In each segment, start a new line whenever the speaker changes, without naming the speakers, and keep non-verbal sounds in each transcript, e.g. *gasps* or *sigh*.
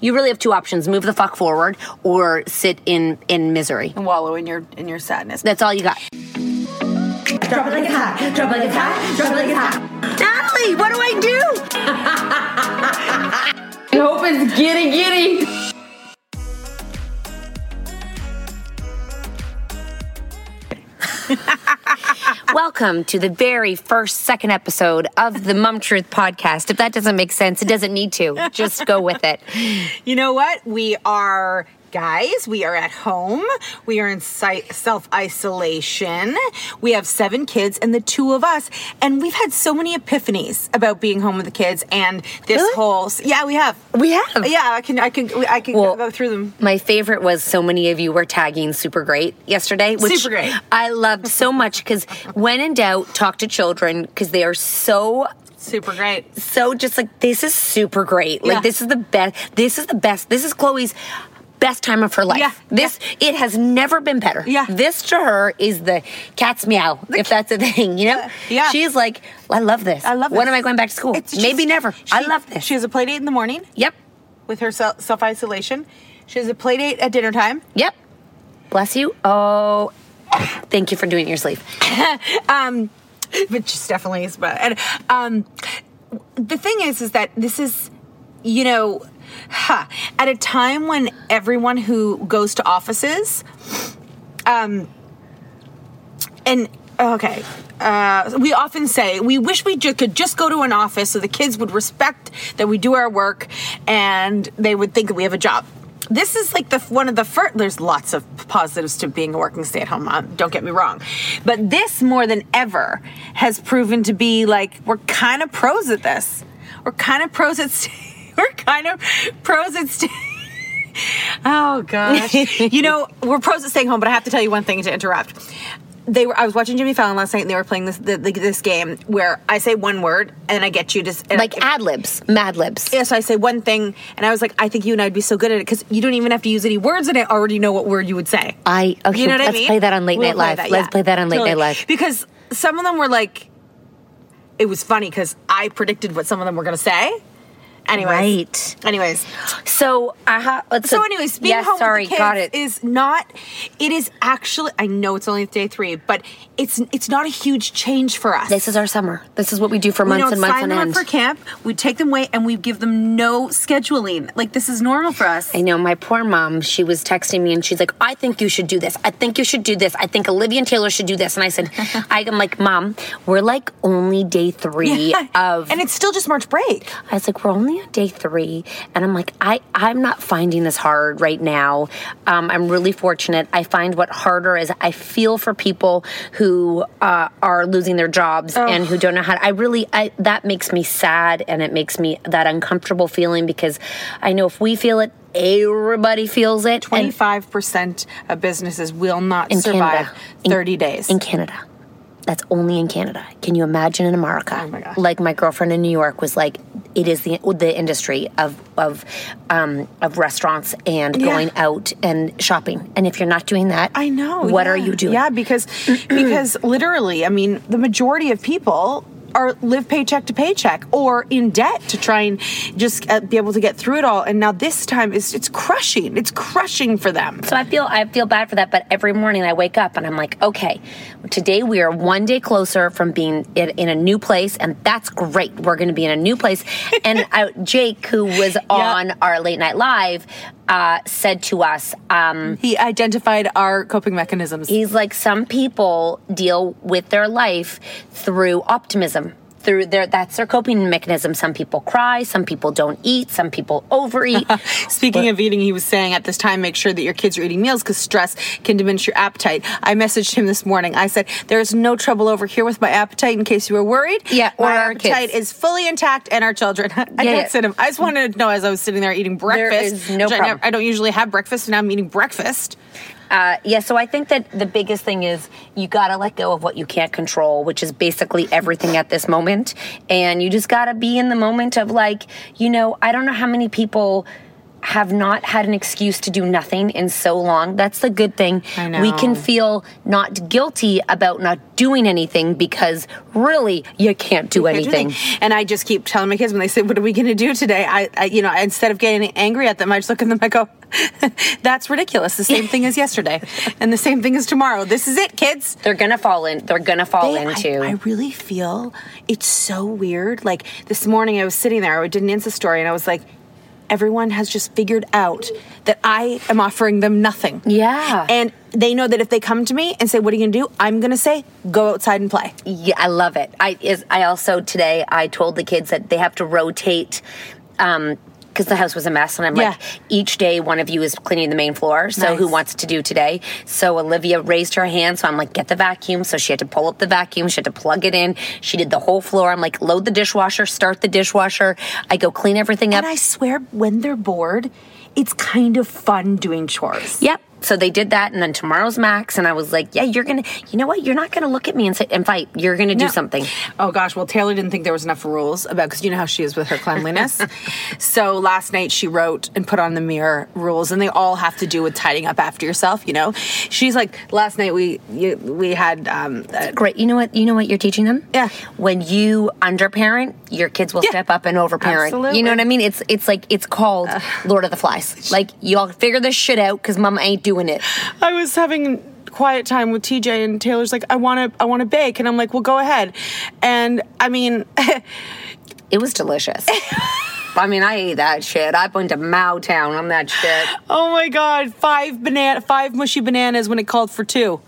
You really have two options: move the fuck forward, or sit in in misery.
and wallow in your in your sadness.
That's all you got.
Drop it like it's hot. Drop it like it's hot. Drop it like it's hot. Natalie, what do I do? I hope it's giddy giddy.
Welcome to the very first second episode of the Mum Truth podcast. If that doesn't make sense, it doesn't need to. Just go with it.
You know what? We are guys. We are at home. We are in self isolation. We have seven kids and the two of us, and we've had so many epiphanies about being home with the kids and this whole. Yeah, we have.
We have.
Yeah, I can. I can. I can
Well,
go through them.
My favorite was so many of you were tagging super great yesterday, which
Super great.
I loved so much because when in doubt, talk to children because they are so
Super great.
so just like this is super great. Like
Yeah.
this is the best. This is the best. This is Chloe's best time of her life.
Yeah,
This it has never been better.
Yeah.
This to her is the cat's meow, if that's a thing, you know?
*laughs* Yeah.
She's like, I love this.
I love.
When
this.
am I going back to school?
It's
Maybe
just-
never. I
she-
love this.
She has a play date in the morning
yep.
with her self isolation. She has a play date at dinner time. *laughs*
Yep. Bless you. Oh, thank you for doing it in your sleep.
um, but just definitely is. But and um, the thing is, is that this is, you know, huh, at a time when everyone who goes to offices, um, and okay. Uh, we often say we wish we ju- could just go to an office so the kids would respect that we do our work and they would think that we have a job. This is like the one of the first. There's lots of positives to being a working stay-at-home mom. Don't get me wrong, but this more than ever has proven to be like we're kind of pros at this. We're kind of pros at. St- *laughs* we're kind of pros at. St- Oh gosh. you know, we're pros at staying home, but I have to tell you one thing to interrupt. they were. I was watching Jimmy Fallon last night, and they were playing this the, the, this game where I say one word and I get you to s- and
Like
I,
ad libs, mad libs.
yeah, so I say one thing, and I was like, I think you and I'd be so good at it because you don't even have to use any words, and I already know what word you would say.
I- okay,
you know what I
let's
mean?
play that on Late
We'll
Night
play
Live. Let's play that on Late
Totally.
Night Live.
because some of them were like, it was funny because I predicted what some of them were going to say. Anyways,
Right.
Anyways,
So, aha. let's-
so anyways, being
yes,
home
sorry,
with the kids
got it.
is not. It is actually. I know it's only day three, but it's it's not a huge change for us.
this is our summer. This is what we do for
we
months
don't
and months
sign
on
them
end.
up for camp. We take them away and we give them no scheduling. Like this is normal for us.
I
*laughs*
know my poor mom, she was texting me and she's like, I think you should do this. I think you should do this. I think Olivia and Taylor should do this. And I
*laughs*
said, I, am like, Mom, we're like only day three of.
and it's still just March break.
I was like, we're only on day three. And I'm like, I, I'm not finding this hard right now. Um, I'm really fortunate. I find what harder is I feel for people who uh, are losing their jobs and who don't know how to, I really, I, that makes me sad and it makes me that uncomfortable feeling because I know if we feel it, everybody feels it. And-
Twenty-five percent of businesses will not
in
survive
Canada. In-
thirty days.
in Canada. That's only in Canada. Can you imagine in America?
Oh my gosh.
Like my girlfriend in New York was like, it is the the industry of of um, of restaurants and
Yeah.
going out and shopping. And if you're not doing that,
I know.
What
yeah.
are you doing? *clears throat*
Yeah, because because literally, I mean, the majority of people are live paycheck to paycheck or in debt to try and just uh, be able to get through it all. And now this time is it's crushing. It's crushing for them.
So I feel I feel bad for that, but every morning I wake up and I'm like, okay, today we are one day closer from being in, in a new place, and that's great. We're going to be in a new *laughs* place. and I, Jake, who was on our late night live, uh, said to us, um,
He identified our coping mechanisms.
He's like some people deal with their life through optimism. Through their that's their coping mechanism. Some people cry, some people don't eat, some people overeat.
Speaking of eating, he was saying at this time, make sure that your kids are eating meals because stress can diminish your appetite. I messaged him this morning. I said, There's no trouble over here with my appetite in case you were worried.
*laughs* Yeah, or
my
our
appetite
kids.
is fully intact and our children. *laughs* I
Yeah, yeah.
did send him. I just wanted to know as I was sitting there eating breakfast.
is no
which I,
problem.
I don't usually have breakfast, and now I'm eating breakfast.
Uh, yeah, so I think that the biggest thing is you gotta let go of what you can't control, which is basically everything at this moment. And you just gotta be in the moment of like, you know, I don't know how many people have not had an excuse to do nothing in so long. That's the good thing.
I know.
We can feel not guilty about not doing anything because really you can't do
can't do
anything.
And I just keep telling my kids when they say, "What are we going to do today?" I, I, you know, instead of getting angry at them, I just look at them. I go, *laughs* "That's ridiculous. The same
*laughs*
thing as yesterday, and the same thing as tomorrow. This is it, kids."
They're gonna fall in. They're gonna fall
They- I-
into.
I, really feel it's so weird. Like this morning, I was sitting there. I did an Insta story, and I was like. Everyone has just figured out that I am offering them nothing.
Yeah.
And they know that if they come to me and say, What are you gonna do? I'm gonna say, Go outside and play.
Yeah, I love it. I is I also today I told the kids that they have to rotate um because the house was a mess and I'm like
Yeah.
each day one of you is cleaning the main floor. So who
Nice.
wants to do today? So Olivia raised her hand so I'm like get the vacuum. So she had to pull up the vacuum, she had to plug it in. She did the whole floor. I'm like load the dishwasher, start the dishwasher. I go clean everything up.
And I swear, when they're bored, it's kind of fun doing chores.
Yep. So they did that, and then tomorrow's Max, and I was like, "Yeah, you're gonna. You know what? You're not gonna look at me and say and fight. You're gonna do
No.
something."
Oh gosh, well Taylor didn't think there was enough rules about because you know how she is with her cleanliness. *laughs* so last night she wrote and put on the mirror rules, and they all have to do with tidying up after yourself. You know, she's like last night we you, we had um, uh,
Great. You know what? You know what you're teaching them?
Yeah.
When you underparent, your kids will
Yeah.
step up and overparent. You
Absolutely.
know what I mean? It's it's like it's called Lord of the Flies. Like y'all figure this shit out because mama ain't doing it.
I was having quiet time with TJ and Taylor's like I want to I want to bake and I'm like well go ahead and I mean *laughs*
It was *laughs* delicious. I mean, I ate that shit. I went to Mao Town on that *gasps* shit.
Oh my god, five banana five mushy bananas when it called for two.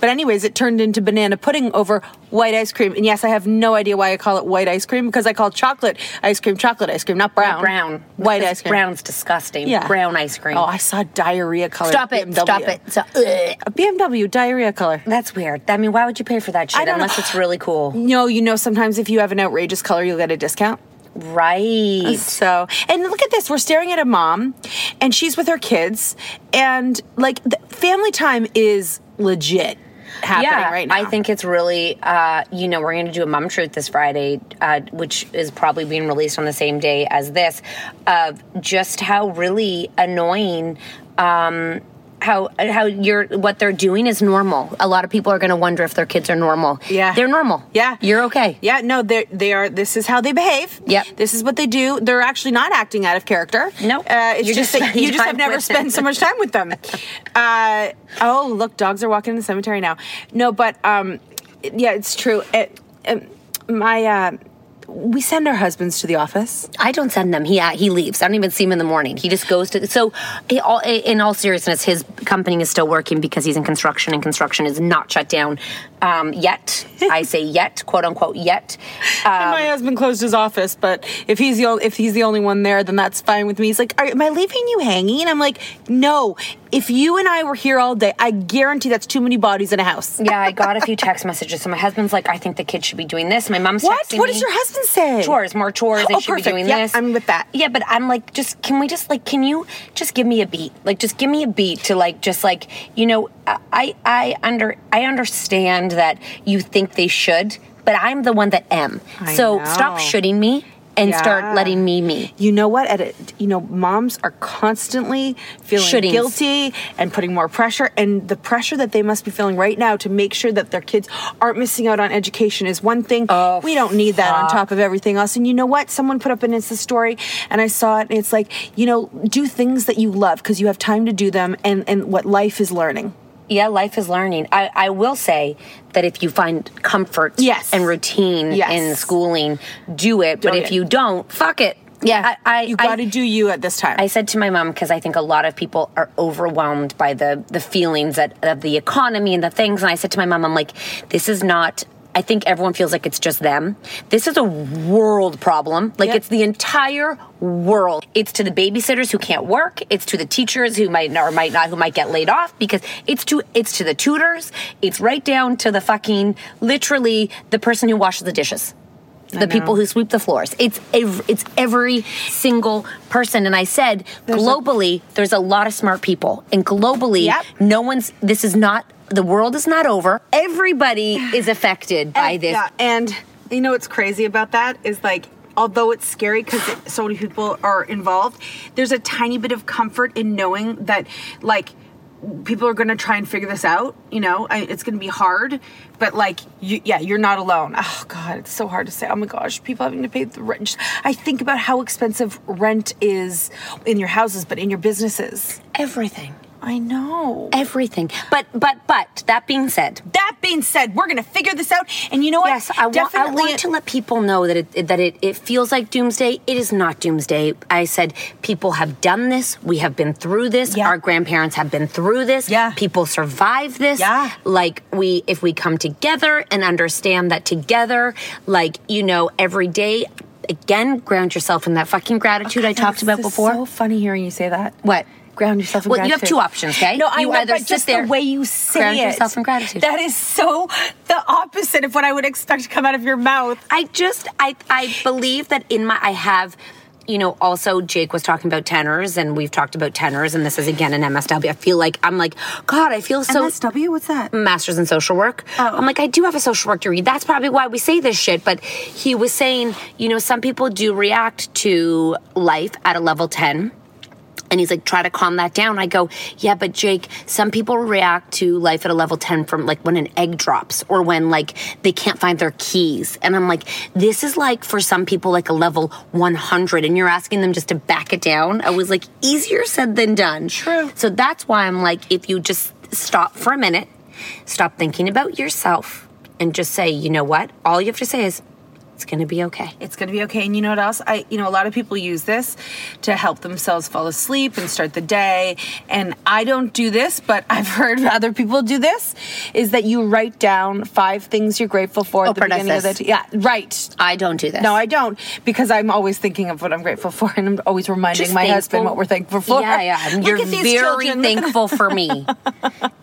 But anyways, it turned into banana pudding over white ice cream. And yes, I have no idea why I call it white ice cream because I call chocolate ice cream chocolate ice cream, not
Um,
brown.
Brown.
White
Because
ice cream.
Brown's disgusting.
Yeah.
Brown ice cream.
Oh, I saw diarrhea color.
Stop it.
BMW.
Stop it. So, ugh.
A BMW diarrhea color.
That's weird. I mean, why would you pay for that shit
I don't know.
unless it's really cool?
No, you know sometimes if you have an outrageous color, you'll get a discount.
Right.
So, and look at this. We're staring at a mom, and she's with her kids, and like the family time is legit. happening
yeah,
right now.
I think it's really, uh, you know, we're going to do a mum truth this Friday, uh, which is probably being released on the same day as this, of just how really annoying. Um, how how you're what they're doing is normal. A lot of people are going to wonder if their kids are normal.
Yeah.
they're normal.
Yeah.
you're okay.
Yeah, no, they they are. This is how they behave.
Yep.
This is what they do. They're actually not acting out of character.
Nope.
Uh, it's
You're just
just, that you
spending
just have
time
never
with
spent
them.
so much time
*laughs*
with them. uh, oh, look, dogs are walking in the cemetery now. No, but um, yeah, it's true. It, um, my uh, we send our husbands to the office.
I don't send them. He uh, he leaves. I don't even see him in the morning. He just goes to. So, in all, in all seriousness, his company is still working because he's in construction, and construction is not shut down um, yet.
*laughs*
I say yet, quote unquote, yet.
And my husband closed his office, but if he's the only, if he's the only one there, then that's fine with me. He's like, Are, "Am I leaving you hanging?" And I'm like, "No. If you and I were here all day, I guarantee that's too many bodies in a house."
yeah, I got a few text messages. So my husband's like, I think the kids should be doing this. My mom's
What?
texting
What
me,
does your husband say?
Chores, more chores. They
Oh,
should
perfect.
be doing
Yeah,
this.
I'm with that.
Yeah, but I'm like, just can we just like, can you just give me a beat? Like, just give me a beat to like, just like, you know, I I under I understand that you think they should, but I'm the one that am.
I
so
know.
stop shoulding me and
Yeah.
start letting me me.
You know what? At a, you know, moms are constantly feeling
Shouldings.
guilty and putting more pressure, and the pressure that they must be feeling right now to make sure that their kids aren't missing out on education is one thing. Oh, we don't need that on top of everything else. And you know what? Someone put up an Insta story, and I saw it, and it's like, you know, do things that you love because you have time to do them, and and what life is learning.
yeah, life is learning. I, I will say that if you find comfort
Yes.
and routine
Yes.
in schooling, do it. but
Do
if
it.
you don't, fuck it.
Yeah,
I, I,
you
I-
got to do you at this time.
I said to my mom because I think a lot of people are overwhelmed by the the feelings that, of the economy and the things. And I said to my mom, I'm like, this is not. I think everyone feels like it's just them. This is a world problem. Like
Yeah.
it's the entire world. It's to the babysitters who can't work. It's to the teachers who might or might not who might get laid off because it's to it's to the tutors. It's right down to the fucking literally the person who washes the dishes the people who sweep the floors. It's ev- it's every single person. And I said, globally, there's a lot of smart people, and globally,
Yep.
no one's. This is not. The world is not over. Everybody is affected by
And-
this.
Yeah, and you know what's crazy about that is like, although it's scary because so many people are involved, there's a tiny bit of comfort in knowing that, like, people are going to try and figure this out. You know, I, it's going to be hard, but like, you, yeah, you're not alone. Oh God, it's so hard to say. Oh my gosh, people having to pay the rent. Just- I think about how expensive rent is in your houses, but in your businesses.
Everything,
I know.
everything. But but but that being said,
That being said, we're going to figure this out. And you know what?
Yes, I, wa- I want to let people know that it that it, it feels like doomsday. It is not doomsday. I said people have done this. We have been through this.
Yeah.
Our grandparents have been through this.
Yeah.
people survive this.
Yeah.
like we if we come together and understand that together, like you know, every day. Again, ground yourself in that fucking gratitude I talked about
This is
before.
So funny hearing you say that.
What?
Ground yourself in
Well, you have
gratitude.
two options, okay?
No, I
You
know,
either
but
sit
just
there-
the way you say
Ground
it.
yourself in gratitude.
That is so the opposite of what I would expect to come out of your mouth.
I just I I believe that in my I have you know also Jake was talking about tenors and we've talked about tenors and this is again an MSW. I feel like I'm like god, I feel so
MSW, what's that? Oh.
masters in social work. I'm like I do have a social work degree. That's probably why we say this shit, but he was saying, you know, some people do react to life at a level 10. And he's like, try to calm that down. I go, yeah, but Jake, some people react to life at a level 10 from like when an egg drops or when like they can't find their keys. And I'm like, this is like for some people like a level 100 and you're asking them just to back it down. I was like, easier said than done. True. So that's why I'm like, if you just stop for a minute, stop thinking about yourself and just say, you know what? All you have to say is, it's going to be okay.
It's going to be okay. And you know what else? I you know a lot of people use this to help themselves fall asleep and start the day. And I don't do this, but *laughs* I've heard other people do this is that you write down five things you're grateful for
Oh,
at the beginning of the
Parnassus.
day. Yeah, right.
I don't do this.
No, I don't because I'm always thinking of what I'm grateful for, and I'm always reminding
Just
my
thankful.
husband what we're thankful for.
Yeah, *laughs* yeah.
*laughs* Look
You're
at these
very
children. Look at-
thankful for *laughs* me.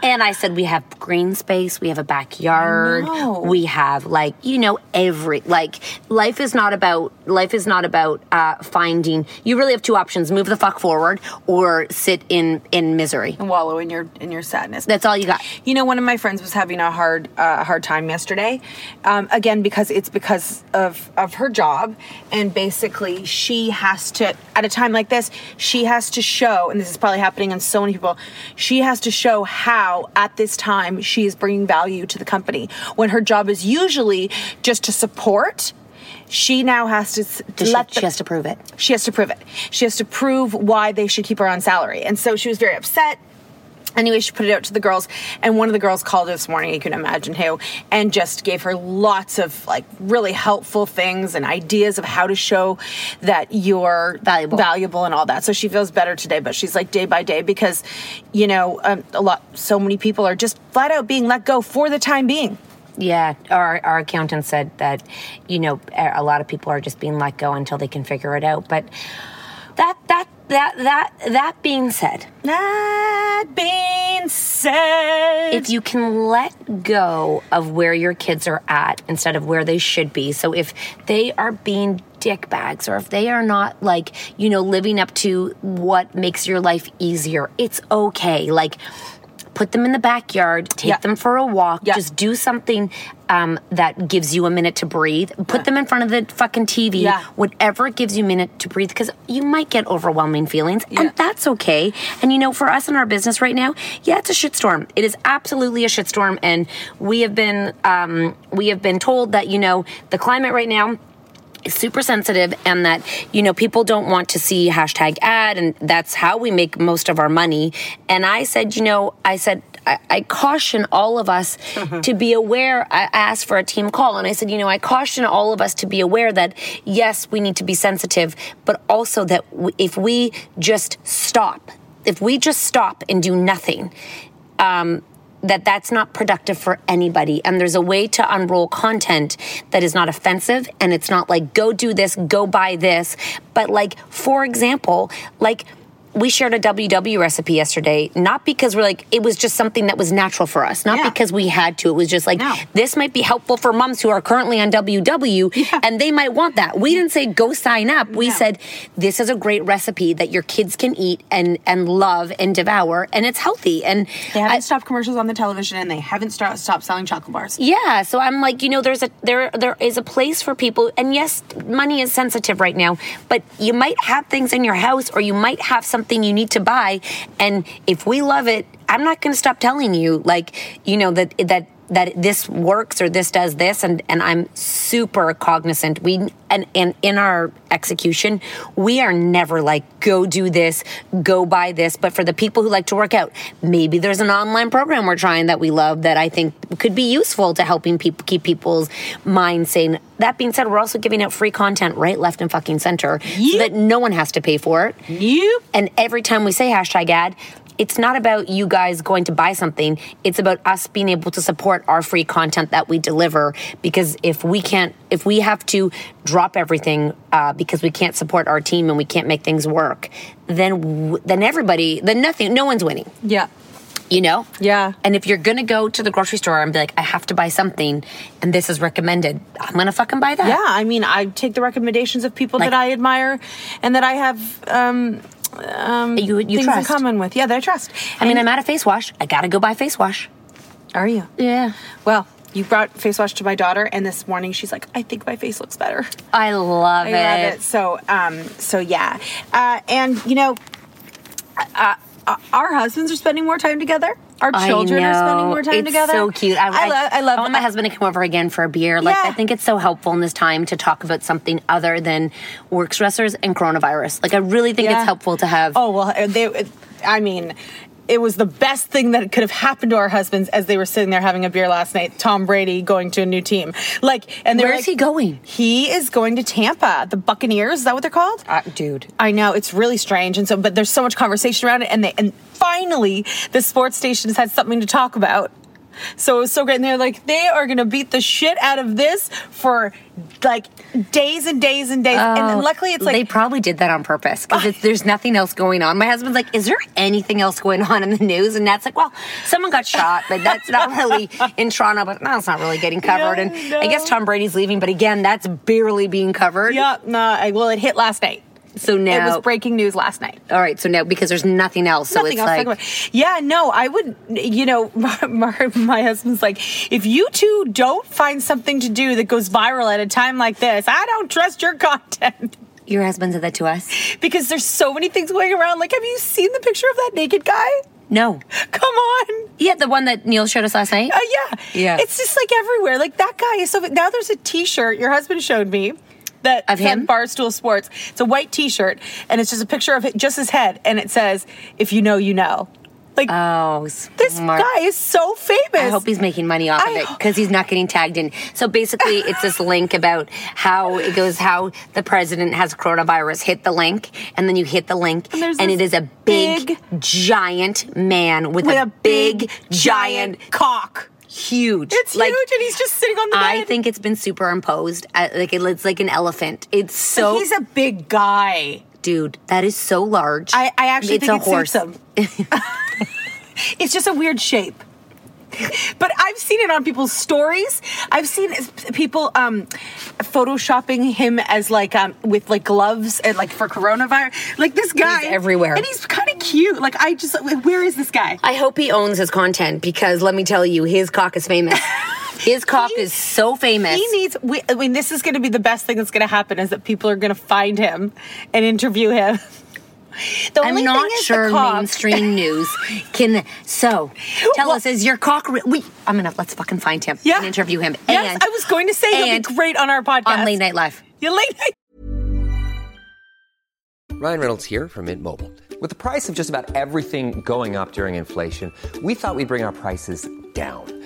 and I said, we have green space, we have a backyard, we have like you know every like life is not about life is not about uh, finding. You really have two options: move the fuck forward or sit in in misery.
and wallow in your in your sadness.
That's all you got.
You know, one of my friends was having a hard uh, hard time yesterday. Um, again, because it's because of of her job, and basically she has to at a time like this, she has to show, and this is probably happening on so many people. She has to show how at this time she is bringing value to the company when her job is usually just to support. She now has to, s-
Does She,
let
she
the-
has to prove it.
she has to prove it. She has to prove why they should keep her on salary. And so she was very upset. Anyway, she put it out to the girls, and one of the girls called her this morning, you can imagine who, and just gave her lots of like really helpful things and ideas of how to show that you're
Valuable.
valuable and all that. So she feels better today, but she's like day by day because, you know, um, a lot, so many people are just flat out being let go for the time being.
Yeah, our our accountant said that, you know, a lot of people are just being let go until they can figure it out. But that that that that that being said,
That being said,
if you can let go of where your kids are at instead of where they should be so if they are being dick bags or if they are not like you know living up to what makes your life easier it's okay like put them in the backyard take
Yeah.
them for a walk
Yeah.
just do something um, that gives you a minute to breathe put them in front of the fucking tv
Yeah.
whatever gives you a minute to breathe because you might get overwhelming feelings and that's okay and you know for us in our business right now yeah it's a shitstorm it is absolutely a shitstorm and we have been um, we have been told that you know the climate right now is super sensitive and that you know people don't want to see hashtag ad and that's how we make most of our money and i said you know i said I, I caution all of us to be aware. I asked for a team call and I said, you know, I caution all of us to be aware that yes, we need to be sensitive, but also that w- if we just stop, if we just stop and do nothing, um, that that's not productive for anybody and there's a way to unroll content that is not offensive and it's not like go do this go buy this but like for example like we shared a WW recipe yesterday, not because we're like, it was just something that was natural for us, not
Yeah.
because we had to. It was just like,
No.
this might be helpful for moms who are currently on WW and they might want that. We didn't say go sign up. We said this is a great recipe that your kids can eat and and love and devour and it's healthy and
They haven't
I-
stopped commercials on the television, and they haven't sto- stopped selling chocolate bars.
yeah, so I'm like, you know, there's a there there is a place for people, and yes, money is sensitive right now, but you might have things in your house, or you might have something you need to buy, and if we love it, I'm not going to stop telling you, like, you know, that that that this works or this does this, and and I'm super cognizant. We and and in our execution, we are never like go do this, go buy this. But for the people who like to work out, maybe there's an online program we're trying that we love that I think could be useful to helping people keep people's minds sane. That being said, we're also giving out free content right, left, and fucking center so that no one has to pay for it.
You
And every time we say hashtag ad, it's not about you guys going to buy something. It's about us being able to support our free content that we deliver. Because if we can't, if we have to drop everything uh, because we can't support our team and we can't make things work, then w- then everybody, then nothing, no one's winning.
Yeah.
You know?
Yeah.
And if you're gonna go to the grocery store and be like, I have to buy something, and this is recommended, I'm gonna fucking buy that.
Yeah, I mean, I take the recommendations of people
Like-
that I admire and that I have um, um,
You- you
things
trust.
in common with. Yeah, that I trust.
I mean, I'm out of face wash. I gotta go buy face wash.
Are you?
Yeah.
Well, you brought face wash to my daughter, and this morning she's like, "I think my face looks better."
I love
I
it.
love it. So, um, so yeah, uh, and you know, uh, uh, our husbands are spending more time together. Our
I
children are spending
know.
more time
it's
together.
So cute.
I, love. I love.
I want my husband to come over again for a beer. Like
Yeah.
I think it's so helpful in this time to talk about something other than work stressors and coronavirus. Like I really think
Yeah.
it's helpful to have.
Oh well, uh, they. it- I mean, it was the best thing that could have happened to our husbands as they were sitting there having a beer last night. Tom Brady going to a new team, like, and they're
Where is
like,
he going?
He is going to Tampa, the Buccaneers. Is that what they're called?
Uh, dude.
I know it's really strange, and so but there's so much conversation around it, and they and finally the sports station has had something to talk about. So it was so great. And they're like, they are going to beat the shit out of this for like days and days and *laughs* days. and luckily it's like,
Um, Oh, they probably did that on purpose because
*laughs*
there's nothing else going on. My husband's like, "Is there anything else going on in the news?" And that's like, "Well, someone got shot, but that's not
*laughs*
really in Toronto, but no, it's not really getting covered."
Yeah,
and I guess
no.
Tom Brady's leaving, but again, that's barely being covered.
yeah, no, I, well, it hit last night.
So now,
It was breaking news last night.
all right. So now because there's nothing else, Oh, so
Nothing
it's
else to
like,
talk about. Yeah, no, I would. You know, *laughs* my, my, my husband's like, if you two don't find something to do that goes viral at a time like this, I don't trust your content
your husband said that to us.
*laughs* because there's so many things going around. Like, have you seen the picture of that naked guy? *laughs*
No.
Come on.
Yeah, the one that Neil showed us last night.
Uh, *laughs* yeah.
Yeah.
It's just like everywhere. Like that guy is so. Now there's a T-shirt your husband showed me. That
Of
said
him?
Barstool Sports. It's a white T-shirt, and it's just a picture of it, just his head, and it says, "If you know, you know." Like
Oh,
this
smart.
guy is so famous.
I hope he's making money off of
I
it because he's not getting tagged in. So basically, it's
*laughs*
this link about how it goes, how the president has coronavirus. Hit the link, and then you hit the link, and,
there's
it
this
is a big, giant man with, a, big, giant,
cock.
huge.
It's
like-
huge, and he's just sitting on the bed.
I think it's been superimposed. uh, Like it looks like an elephant. It's so,
so he's a big guy.
dude. That is so large.
I, I actually
it's
think
a
it
horse.
suits him. *laughs* it's just a weird shape. But I've seen it on people's stories. I've seen s- people um, photoshopping him as like um, with like gloves and like for coronavirus. Like this guy
everywhere.
and he's kind of cute. Like I just, where is this guy?
I hope he owns his content because let me tell you, his cock is
*laughs*
famous. his cock
He-
is so famous.
He needs. We, I mean, this is going to be the best thing that's going to happen is that people are going to find him and interview him. *laughs* The
I'm
only
not
thing is the
sure
cock- *laughs*
mainstream news can. So, tell us, is your cock? Re- we, I'm gonna let's fucking find him
Yeah.
and interview him.
Yes,
and
I was going to say he'll be
and
great on our podcast.
on late night live.
Yeah, late night.
Ryan Reynolds here from Mint Mobile. With the price of just about everything going up during inflation, we thought we'd bring our prices down.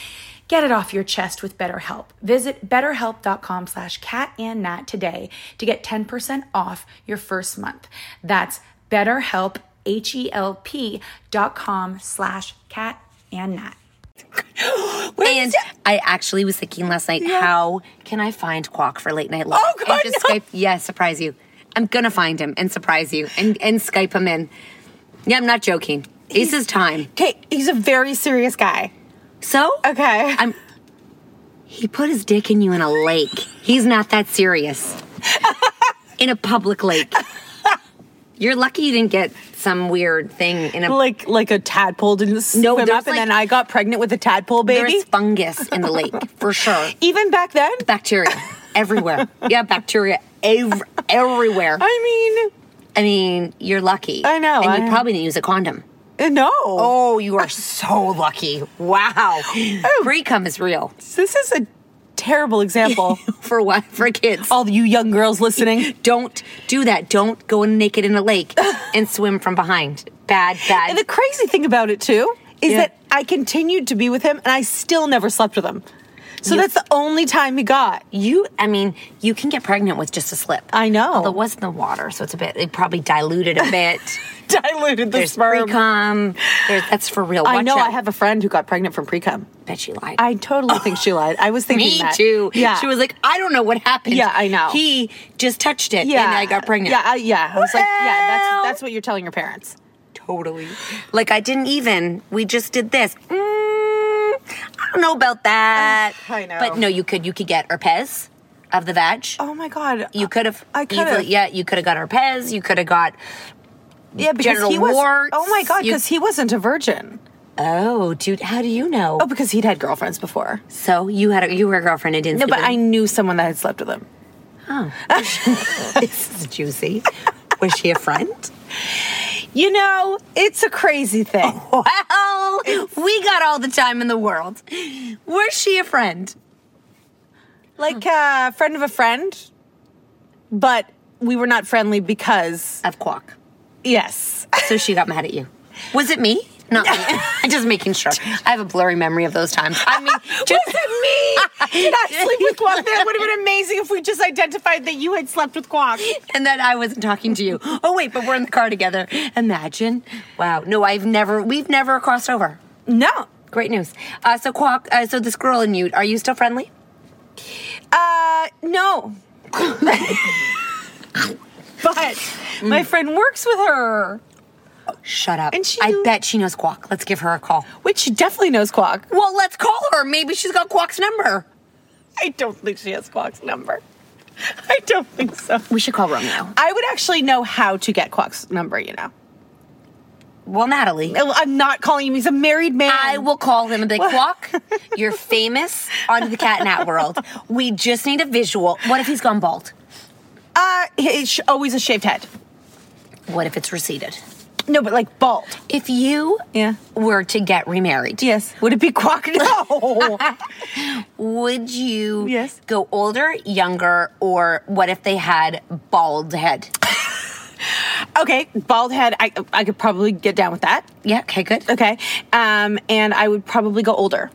Get it off your chest with BetterHelp. Visit betterhelp.com slash catandnat today to get 10% off your first month. That's betterhelp, H-E-L-P dot com slash catandnat.
and I actually was thinking last night, how can I find Quack for late night love? Oh, God, and just Skype, yeah, surprise you. I'm gonna find him and surprise you and, and Skype him in. Yeah, I'm not joking. It's his time.
Okay, he's a very serious guy.
So okay, I'm. He put his dick in you in a lake. He's not that serious. in a public lake. You're lucky you didn't get some weird thing in a
Like like a tadpole didn't swim
No,
up,
there's
and
like-
then I got pregnant with a tadpole baby.
There's fungus in the lake for sure.
Even back then, *laughs*
Bacteria everywhere. yeah, bacteria ev- everywhere.
I
I mean, you're lucky.
I know,
And
I-
you probably didn't use a condom.
mean, uh, no.
Oh, you are so lucky.
*gasps*
Wow. *gasps* Pre cum is real.
This is a terrible example.
For what? For kids.
All you young girls listening,
Don't do that. Don't go naked in a
*laughs*
lake and swim from behind. Bad, bad.
and the crazy thing about it *laughs* too is
Yeah.
that I continued to be with him, and I still never slept with him. So that's the only time he got.
you, I mean, you can get pregnant with just a slip.
I know.
Although it was in the water, so it's a bit, it probably diluted a bit.
*laughs* Diluted the
There's pre
sperm.
cum. That's for real.
I
Watch
know.
out.
I have a friend who got pregnant from pre cum.
bet she lied.
I totally think she lied. I was thinking
Me
that.
too.
Yeah.
She was like, I don't know what happened.
Yeah, I know.
He just touched it and I got pregnant.
Yeah, I, yeah. I was like, yeah,
Well.
that's that's what you're telling your parents.
Totally. Like I didn't even. We just did this. Mm, I don't know about that.
Ugh, I know.
But no, you could you could get herpes of the vag.
Oh my god.
you could have.
I could've.
Yeah, you could have got herpes. You could have got.
yeah, because he
genital
was.
warts,
Oh my god,
you-
because he wasn't a virgin.
Oh, dude, how do you know?
Oh, because he'd had girlfriends before.
So you had a, you were a girlfriend and didn't.
No,
sleep
but
with-
I knew someone that had slept with him.
this is juicy. Was she a friend?
*laughs* You know, it's a crazy thing.
Well, we got all the time in the world. Was she a friend?
Like a friend of a friend, but we were not friendly because
Of quack.
yes. *laughs*
So she got mad at you. Was it me? Not me. *laughs* I'm just making sure. I have a blurry memory of those times. I *laughs* mean, just
Was it me? Did I sleep with Quack? That would have been amazing if we just identified that you had slept with Quack.
and that I wasn't talking to you. Oh wait, but we're in the car together. Imagine. Wow. No, I've never. We've never crossed over.
No.
Great news. Uh, so Quack. Uh, so this girl and you. Are you still friendly?
Uh, no. but my friend works with her,
Shut up.
And she
I
knew-
bet she knows Quack. Let's give her a call.
which she definitely knows Quack.
Well, let's call her. Maybe she's got Quack's number.
I don't think she has Quack's number. I don't think so.
We should call Romeo.
I would actually know how to get Quack's number, you know.
Well, Natalie.
I- I'm not calling him. He's a married man.
I will call him and be like, Quack, you're famous on the cat and hat world. We just need a visual. What if he's gone bald?
Uh, he's always a shaved head.
What if it's receded?
No, but like bald.
If you
Yeah.
were to get remarried,
Yes. Would it
*laughs*
be Quack? No.
would you
Yes.
go older, younger, or what if they had bald head?
okay, bald head. I I could probably get down with that.
Yeah, okay, good.
Okay. Um, and I would probably go older.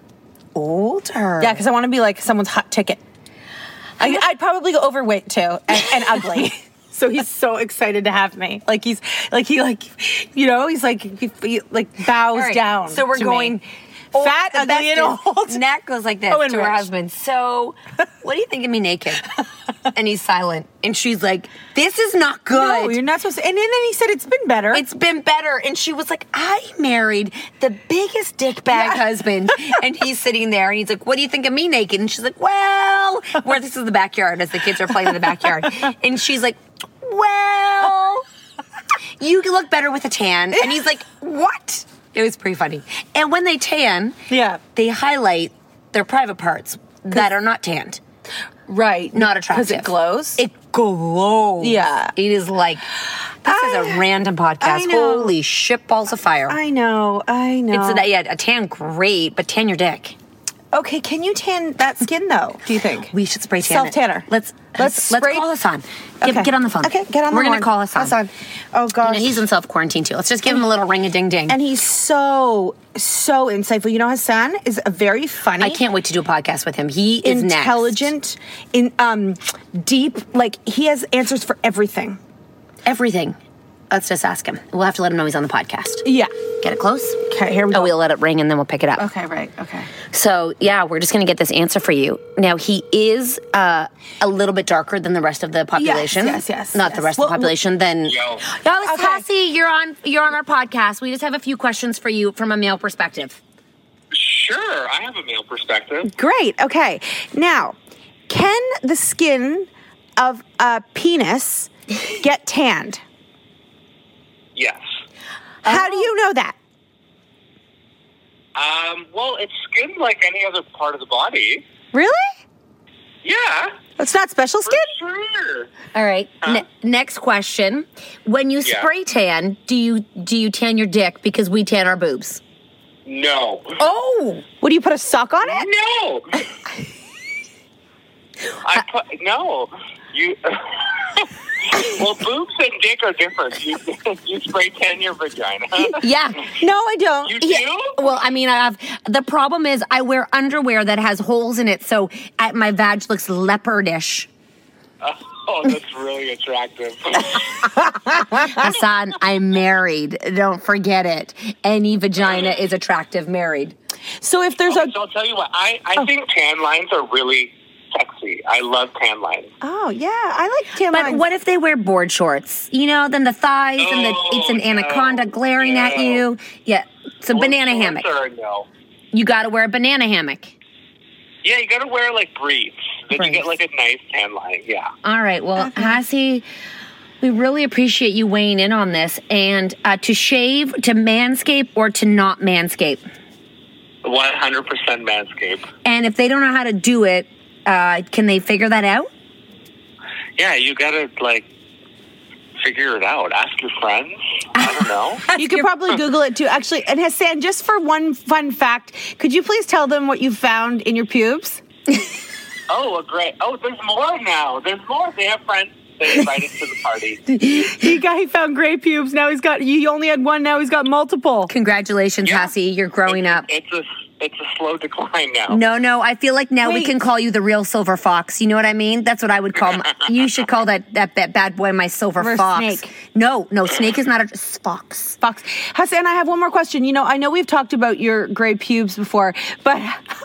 Older.
Yeah, because I want to be like someone's hot ticket. I, I'd probably go overweight too and, and
*laughs*
ugly. so he's so excited to have me. Like he's like he like you know he's like he, he, like bows
All right,
down.
So we're
to me.
going
fat,
the
ugly,
best
and
is-
old.
Nat goes like this
Oh, and
to her
rich.
husband. So, what do you think of me
*laughs*
naked? and he's silent. And she's like, "This is not good.
No, you're not supposed to. And then he said it's been better.
it's been better." And she was like, "I married the biggest dick bag husband." and he's sitting there, and he's like, "What do you think of me naked?" And she's like, "Well, where this is the backyard as the kids are playing in the backyard." and she's like, "Well." you can look better with a tan. And he's like, what? It was pretty funny. And when they tan,
Yeah.
they highlight their private parts that are not tanned,
right.
not attractive.
Because it glows.
It glows.
Yeah.
It is like, this is
I-
a random
I
podcast.
know.
Holy shit balls of fire.
I know. I know.
It's that, yeah, a tan, great, but tan your dick.
Okay, can you tan that skin though? Do you think
we should spray tan?
Self tanner.
Let's let's let's call Hassan. Get,
Okay.
get on the phone.
Okay, get on the
We're
horn.
gonna call Hassan.
Hassan. Oh gosh,
You know, he's in self quarantine too. Let's just give him a little ring a ding ding.
and he's so so insightful. You know, Hassan is a very funny.
I can't wait to do a podcast with him. He is next.
intelligent, in um, deep. Like he has answers for everything.
Everything. Let's just ask him. We'll have to let him know he's on the podcast.
Yeah.
Get it close.
Okay, here we
Oh, we'll let it ring and then we'll pick it up.
Okay, right. Okay.
So yeah, we're just gonna get this answer for you. Now he is uh, a little bit darker than the rest of the population.
yes, yes,
Not the
yes.
rest
Well,
of the population. Then Yo, it's
Okay.
Cassie, you're on you're on our podcast. We just have a few questions for you from a male perspective.
Sure, I have a male perspective.
Great. Okay. Now, can the skin of a penis get tanned?
Yes.
How do you know that?
Um, well, it's skin like any other part of the body.
Really?
Yeah.
It's not special skin.
Sure.
All right. Ne- next question. When you
Yeah.
spray tan, do you do you tan your dick because we tan our boobs?
No. *laughs*
Oh.
Would you put a sock on it?
No. I put no. You. *laughs* well, boobs and dick are different. You, *laughs* you spray tan your vagina.
Yeah.
No, I don't.
You
Yeah.
do?
Well, I mean, I have the problem is I wear underwear that has holes in it, so I, my vag looks leopardish.
Oh, that's really
*laughs*
attractive.
Hassan, I'm married. Don't forget it. Any vagina is attractive married.
So if there's
so I'll tell you what. I I think tan lines are really sexy. I love tan lines.
Oh yeah, I like tan
But
lines.
what if they wear board shorts? You know, then the thighs and the
Oh,
it's an anaconda glaring at you. Yeah. So banana hammock.
Shorts are a no.
You got to wear a banana hammock.
Yeah, you gotta wear like briefs. Then you get like a nice tan line. Yeah.
All right. Well, Hassie, we really appreciate you weighing in on this. And uh, to shave, to manscape, or to not manscape.
One hundred percent manscape.
And if they don't know how to do it, uh, can they figure that out?
Yeah, you gotta like figure it out. Ask your friends. I don't know.
you could probably Google it too, actually. And Hassan, just for one fun fact, could you please tell them what you found in your pubes?
oh, well, great. Oh, there's more now. There's more. They have friends. They invited to the party.
The guy found gray pubes. Now he's got. You only had one. Now he's got multiple.
Congratulations, Hassie. You're growing up.
It's a it's a slow decline now.
No, no. I feel like now we
Wait.
can call you the real silver fox. You know what I mean? That's what I would call.
*laughs*
My, you should call that, that ba- bad boy my silver
Or
fox.
snake.
No, no. Snake is not a fox.
Fox. Hassan, I have one more question. You know, I know we've talked about your gray pubes before, but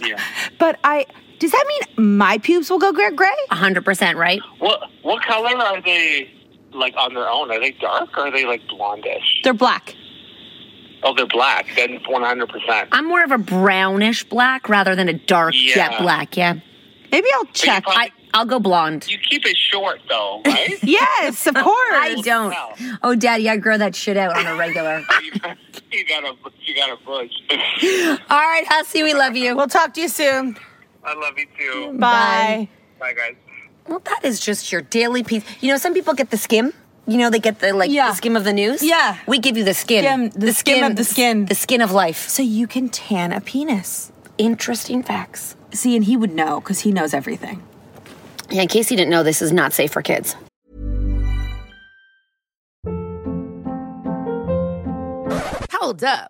Yeah.
but I does that mean my pubes will go gray? gray?
hundred percent, right?
What what color are they? Like on their own? Are they dark? or Are they like blondish?
They're black.
Oh, they're black. Then one hundred percent.
I'm more of a brownish black rather than a dark jet
Yeah.
black. Yeah.
Maybe I'll check.
probably-
I, I'll go blonde.
You keep it short though, right?
*laughs*
yes, of course.
I don't. Oh, Daddy, I grow that shit out on a *laughs* regular.
you *laughs* got a you got a bush.
All right, Hussy, we love you.
We'll talk to you soon.
I love you too.
Bye.
Bye guys.
Well, that is just your daily piece. You know, some people get the skim. You know, they get the like
Yeah.
the skim of the news.
Yeah.
we give you the skin.
Skim- the skim of the skin.
The skin of life.
So you can tan a penis.
Interesting facts.
See, and he would know because he knows everything.
Yeah, in case you didn't know, this is not safe for kids.
Hold up.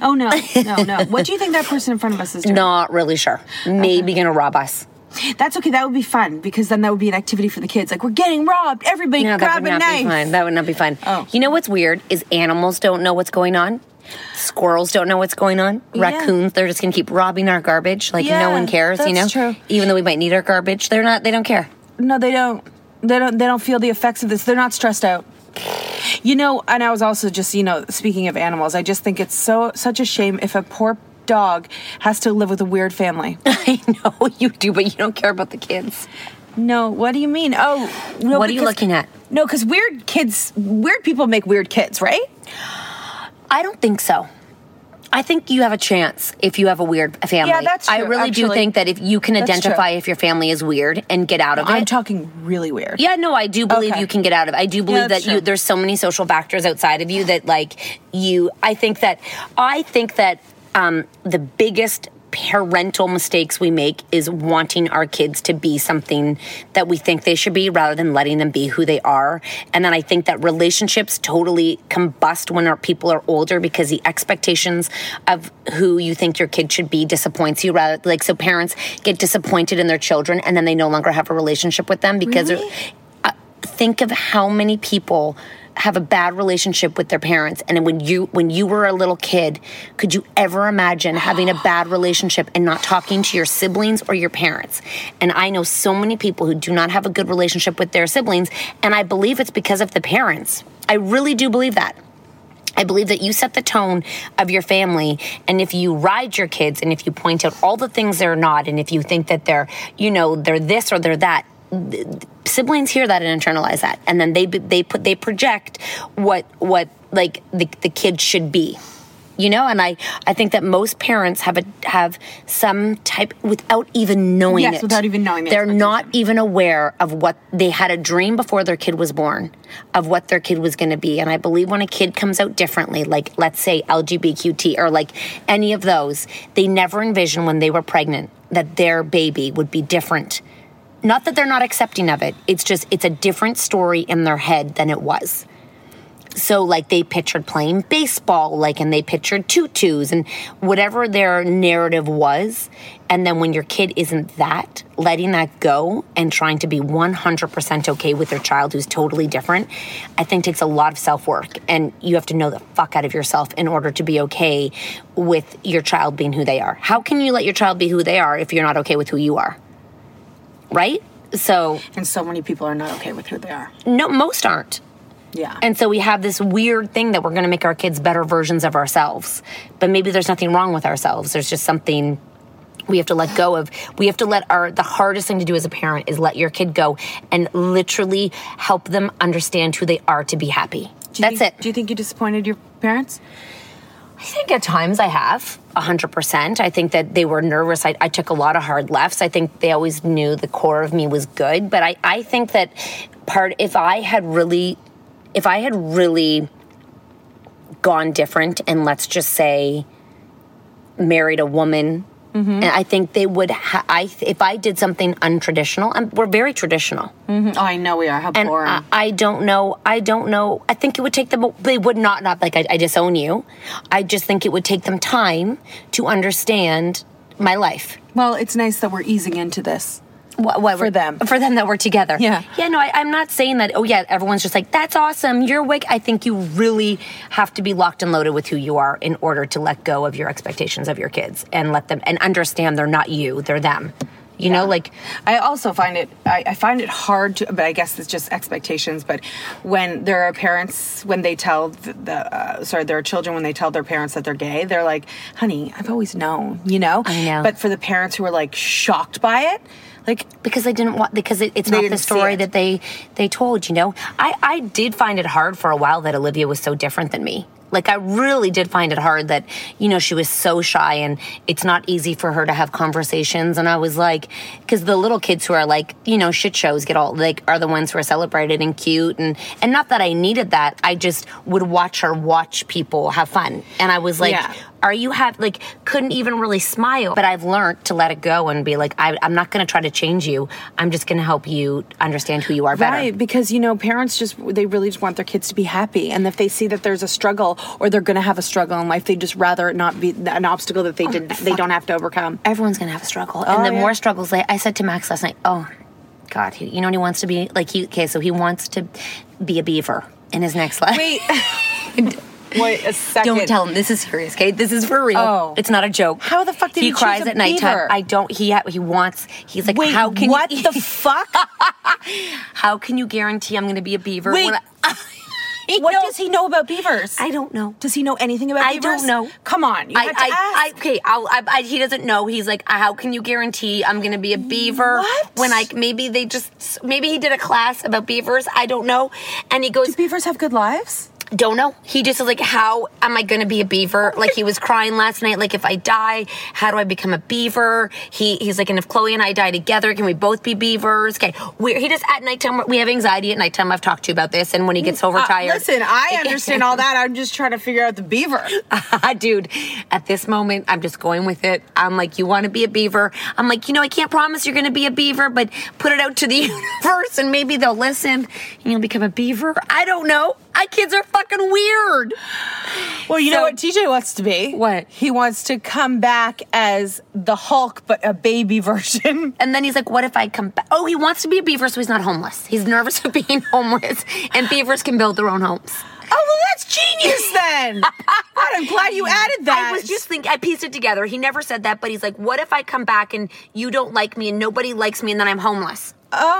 Oh no, no, no. What do you think that person in front of us is doing?
Not really sure. Maybe gonna rob us.
That's okay. That would be fun because then that would be an activity for the kids. Like we're getting robbed. Everybody
no, that
grab
would
a
not
knife. Oh.
be fun. That would not be fun. You know what's weird is animals don't know what's going on. Squirrels don't know what's going on.
Yeah.
Raccoons, they're just gonna keep robbing our garbage. Like
Yeah,
no one cares, you know.
that's true.
Even though we might need our garbage, they're not. They don't care. *laughs*
No, they don't. They don't. They don't feel the effects of this. They're not stressed out. You know, and I was also just, you know, speaking of animals, I just think it's so such a shame if a poor dog has to live with a
*laughs*
weird family. I
know you do, but you don't care about the kids.
No, what do you mean? Oh, no,
What are you looking at?
No, because weird kids, weird people make weird kids, right?
I don't think so. I think you have a chance if you have a weird family.
Yeah, that's
I
true,
really do
actually.
think that if you can
That's
identify
true.
if your family is weird and get out of it.
I'm talking really weird.
Yeah, no, I do believe
Okay.
you can get out of. it. I do believe
that's
that you,
true.
there's so many social factors outside of you that like you. I think that I think that um, the biggest parental mistakes we make is wanting our kids to be something that we think they should be rather than letting them be who they are and then i think that relationships totally combust when our people are older because the expectations of who you think your kid should be disappoints you rather like so parents get disappointed in their children and then they no longer have a relationship with them because they're think of how many people have a bad relationship with their parents and when you when you were a little kid could you ever imagine having a bad relationship and not talking to your siblings or your parents and i know so many people who do not have a good relationship with their siblings and i believe it's because of the parents i really do believe that I believe that you set the tone of your family. And if you ride your kids and if you point out all the things they're not, and if you think that they're, you know, they're this or they're that, th- siblings hear that and internalize that. And then they, they put, they project what, what like the, the kid should be. You know, and I, I think that most parents have a have some type without even knowing
Yes,
it.
without even knowing the
They're not even aware of what they had a dream before their kid was born of what their kid was going to be. And I believe when a kid comes out differently, like let's say LGBTQT or like any of those, they never envisioned when they were pregnant that their baby would be different. Not that they're not accepting of it. It's just it's a different story in their head than it was. So like they pictured playing baseball, like and they pictured tutus and whatever their narrative was. And then when your kid isn't that, letting that go and trying to be 100% okay with your child who's totally different, I think takes a lot of self work. And you have to know the fuck out of yourself in order to be okay with your child being who they are. How can you let your child be who they are if you're not okay with who you are? Right? So.
And so many people are not okay with who they are.
No, most aren't.
Yeah.
And so we have this weird thing that we're going to make our kids better versions of ourselves. But maybe there's nothing wrong with ourselves. There's just something we have to let go of. We have to let our the hardest thing to do as a parent is let your kid go and literally help them understand who they are to be happy. That's it.
Do you think you disappointed your parents?
I think at times I have, 100%. I think that they were nervous. I, I took a lot of hard lefts. I think they always knew the core of me was good. But I, I think that part, if I had really, if I had really gone different and let's just say married a woman, and I think they would, ha- I, if I did something untraditional, and we're very traditional
hmm Oh, I know we are. How
and
boring.
uh,
I, I don't know. I don't know. I think it would take them. They would not. Not like I, I disown you. I just think it would take them time to understand my life.
well, it's nice that we're easing into this.
What,
for them?
For them that we're together.
Yeah.
Yeah. No, I, I'm not saying that. Oh yeah, everyone's just like that's awesome. You're awake. I think you really have to be locked and loaded with who you are in order to let go of your expectations of your kids and let them and understand they're not you. They're them. You know, like
I also find it I, I find it hard to but I guess it's just expectations but when there are parents when they tell the, the uh, sorry there are children when they tell their parents that they're gay they're oh, like honey I've always known you know I know but for the parents who are like shocked by it
Like because they didn't want because it, it's not the story that they they told. You know, I I did find it hard for a while that Olivia was so different than me. Like I really did find it hard that you know she was so shy and it's not easy for her to have conversations. And I was like, because the little kids who are like you know shit shows get all like are the ones who are celebrated and cute and and not that I needed that. I just would watch her watch people have fun, and I was like,
Yeah.
are you have like couldn't even really smile but i've learned to let it go and be like I, i'm not going to try to change you i'm just going to help you understand who you are better
Right, because you know, parents just they really just want their kids to be happy, and if they see that there's a struggle or they're going to have a struggle in life, they just rather it not be an obstacle that they did they don't have to overcome.
Everyone's going to have a struggle, and the more struggles they, I said to Max last night, oh, God, he, you know what he wants to be? Like, he, okay, so he wants to be a beaver in his next life. Wait.
Wait a second.
Don't tell him. This is serious, okay? This is for real.
Oh.
It's not a joke. How
the fuck did he choose
cries
a
at nighttime.
beaver?
I don't. He ha- he wants. He's like,
Wait,
how can
*laughs* what
you, e
the fuck?
how can you guarantee I'm going to be a beaver?
Wait.
when I-
what does he know about beavers? I *laughs*
don't know.
Does he know anything about
I
beavers?
don't know.
Come on, you
I,
have to
I, I, okay, I'll, I, I, he doesn't know. He's like, "Uh, how can you guarantee I'm going to be a beaver?
What?
When I maybe they just maybe he did a class about beavers. I don't know. And he goes, Do
beavers have good lives?
Don't know. He just is like, how am I going to be a beaver? Like he was crying last night. Like if I die, how do I become a beaver? He he's like, and if Chloe and I die together, can we both be beavers? Okay, we he just at nighttime we have anxiety at nighttime. I've talked to you about this, and when he gets so
Uh,
retired,
listen, *laughs* I understand all that. I'm just trying to figure out the beaver.
*laughs* Dude, at this moment, I'm just going with it. I'm like, you want to be a beaver? I'm like, you know, I can't promise you're going to be a beaver, but put it out to the *laughs* universe and maybe they'll listen and you'll become a beaver. I don't know. I kids are fucking weird.
*laughs* Well, you know what TJ wants to be? What? He wants to come back as the Hulk, but a baby *laughs* version.
And then he's like, what if I come back? Oh, he wants to be a beaver so he's not homeless. He's nervous *laughs* of being homeless, and beavers can build their own homes.
Oh, well, that's genius *laughs* then. God, I'm glad you added that.
I was just thinking, I pieced it together. He never said that, but he's like, what if I come back and you don't like me and nobody likes me and then I'm homeless?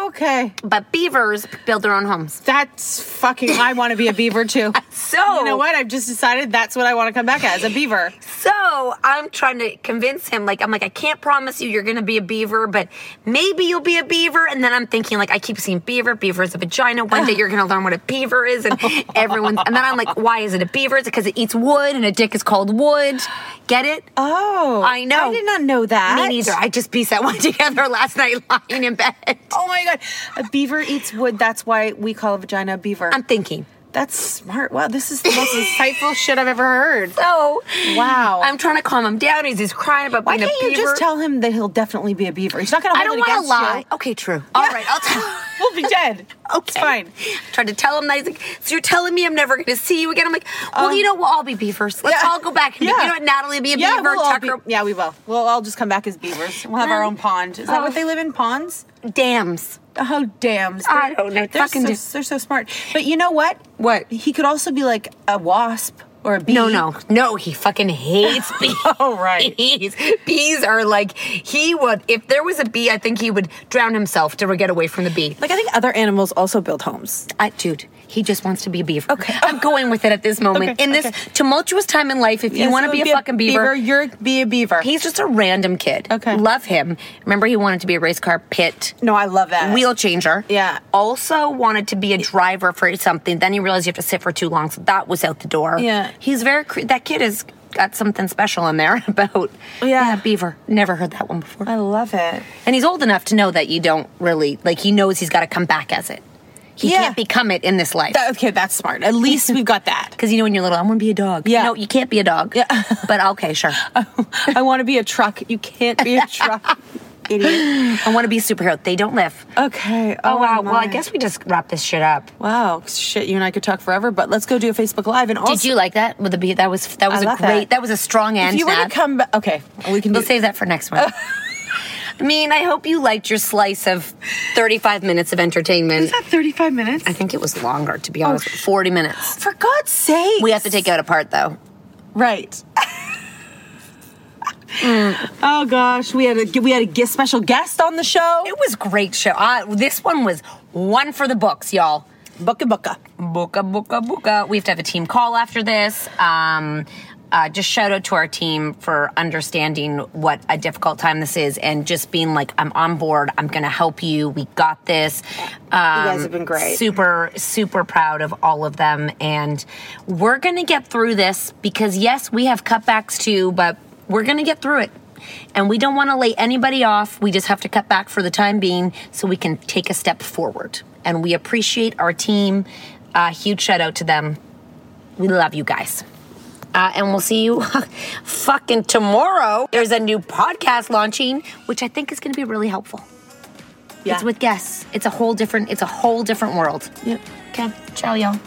Okay.
But beavers build their own homes.
That's fucking, I want to be a beaver *laughs* too.
So-
you know what? I've just decided that's what I want to come back as a beaver.
So I'm trying to convince him, like, I'm like, I can't promise you you're gonna be a beaver, but maybe you'll be a beaver. And then I'm thinking, like, I keep seeing beaver, beaver is a
*sighs*
vagina. One day you're gonna learn what a beaver is, and everyone's, and then I'm like, why is it a beaver? It's because it eats wood, and a dick is called wood. Get it?
Oh,
I know.
I did not know that.
Me neither. I just pieced that *laughs* one together last night *laughs* lying in bed.
Oh my god, a beaver eats wood. That's why we call a vagina a beaver. I'm
thinking.
That's smart. Wow, this is the *laughs* most insightful shit I've ever heard.
So
wow,
I'm trying to calm him down. He's, he's crying about
why
being a
can't you
beaver.
just tell him that he'll definitely be a beaver? He's not going to.
I don't
want to
lie. Okay, true. All right, I'll tell.
*laughs* we'll be dead.
Okay, it's fine. Tried to tell him that he's like, so you're telling me I'm never going to see you again. I'm like, well, you know, we'll all be beavers. Let's all go back and be, you know what, Natalie be a
Um, yeah,
beaver,
We'll all be-
Tucker.
yeah, we will. We'll all just come back as beavers. We'll have our own pond. Is that
oh.
what they live in? Ponds?
Dams.
Oh, dams.
I
They're-
don't know.
They're,
Fucking
so,
dam-
they're so smart. But you know what? What? He could also be like a wasp or a bee.
No, no, no. He
*laughs*
fucking hates bees.
oh, right.
Bees. Bees are like he would. If there was a bee, I think he would drown himself to get away from the bee.
Like I think other animals also build homes.
I, dude, he just wants to be a beaver. Okay, I'm going with it at this moment.
Okay,
In this tumultuous time in life, if you
Yes,
want
it
to be a
would
fucking beaver,
you're be a beaver.
He's just a random kid. Okay. Love him. Remember, he wanted to be a race car pit.
No, I love that.
Wheel changer.
Yeah.
Also wanted to be a driver for something. Then he realized you have to sit for too long, so that was out the door.
Yeah.
He's very, cre- that kid has got something special in there *laughs* about, yeah. beaver. Never heard that one before.
I love it.
And he's old enough to know that you don't really, like, he knows he's got to come back as it. He
Yeah.
can't become it in this life.
That- okay, that's smart. At least we've got *laughs* that.
Because you know when you're little, I want to be a dog.
Yeah.
No, you can't be a dog. Yeah. *laughs* But okay, *laughs* sure.
I want to be a truck. You can't be *laughs* a truck. Idiot.
I want to be a superhero. They don't live.
Okay.
Oh, wow. Well, I
my.
guess we just wrap this shit up.
Wow, shit, you and I could talk forever, but let's go do a Facebook Live and also
Did you like that? With the be- that was that was
I
a
love
great
that.
that. was a strong end.
If you want
Nat.
to come back, okay, we can
we'll
do-
save that for next one. *laughs* I mean, I hope you liked your slice of 35 minutes of entertainment.
35 minutes?
I think it was longer, to be honest. 40 minutes.
For God's sake.
Oh. We have to take out a part, though.
Right. *laughs* Oh gosh, we had a we had a guest special guest on the show.
It was great show. I, this one was one for the books, y'all.
Booka booka.
Booka booka booka. We have to have a team call after this. Um, uh, just shout out to our team for understanding what a difficult time this is and just being like, I'm on board. I'm going to help you. We got this. Um,
guys have been great.
Super, super proud of all of them. And we're going to get through this because, yes, we have cutbacks too, but we're going to get through it. And we don't want to lay anybody off. We just have to cut back for the time being so we can take a step forward. And we appreciate our team. Uh, huge shout out to them. We love you guys. Uh, and we'll see you *laughs* fucking tomorrow. There's a new podcast launching, which I think is going to be really helpful. It's with guests. It's a whole different. It's a whole different world. Yep. Okay. Ciao, y'all.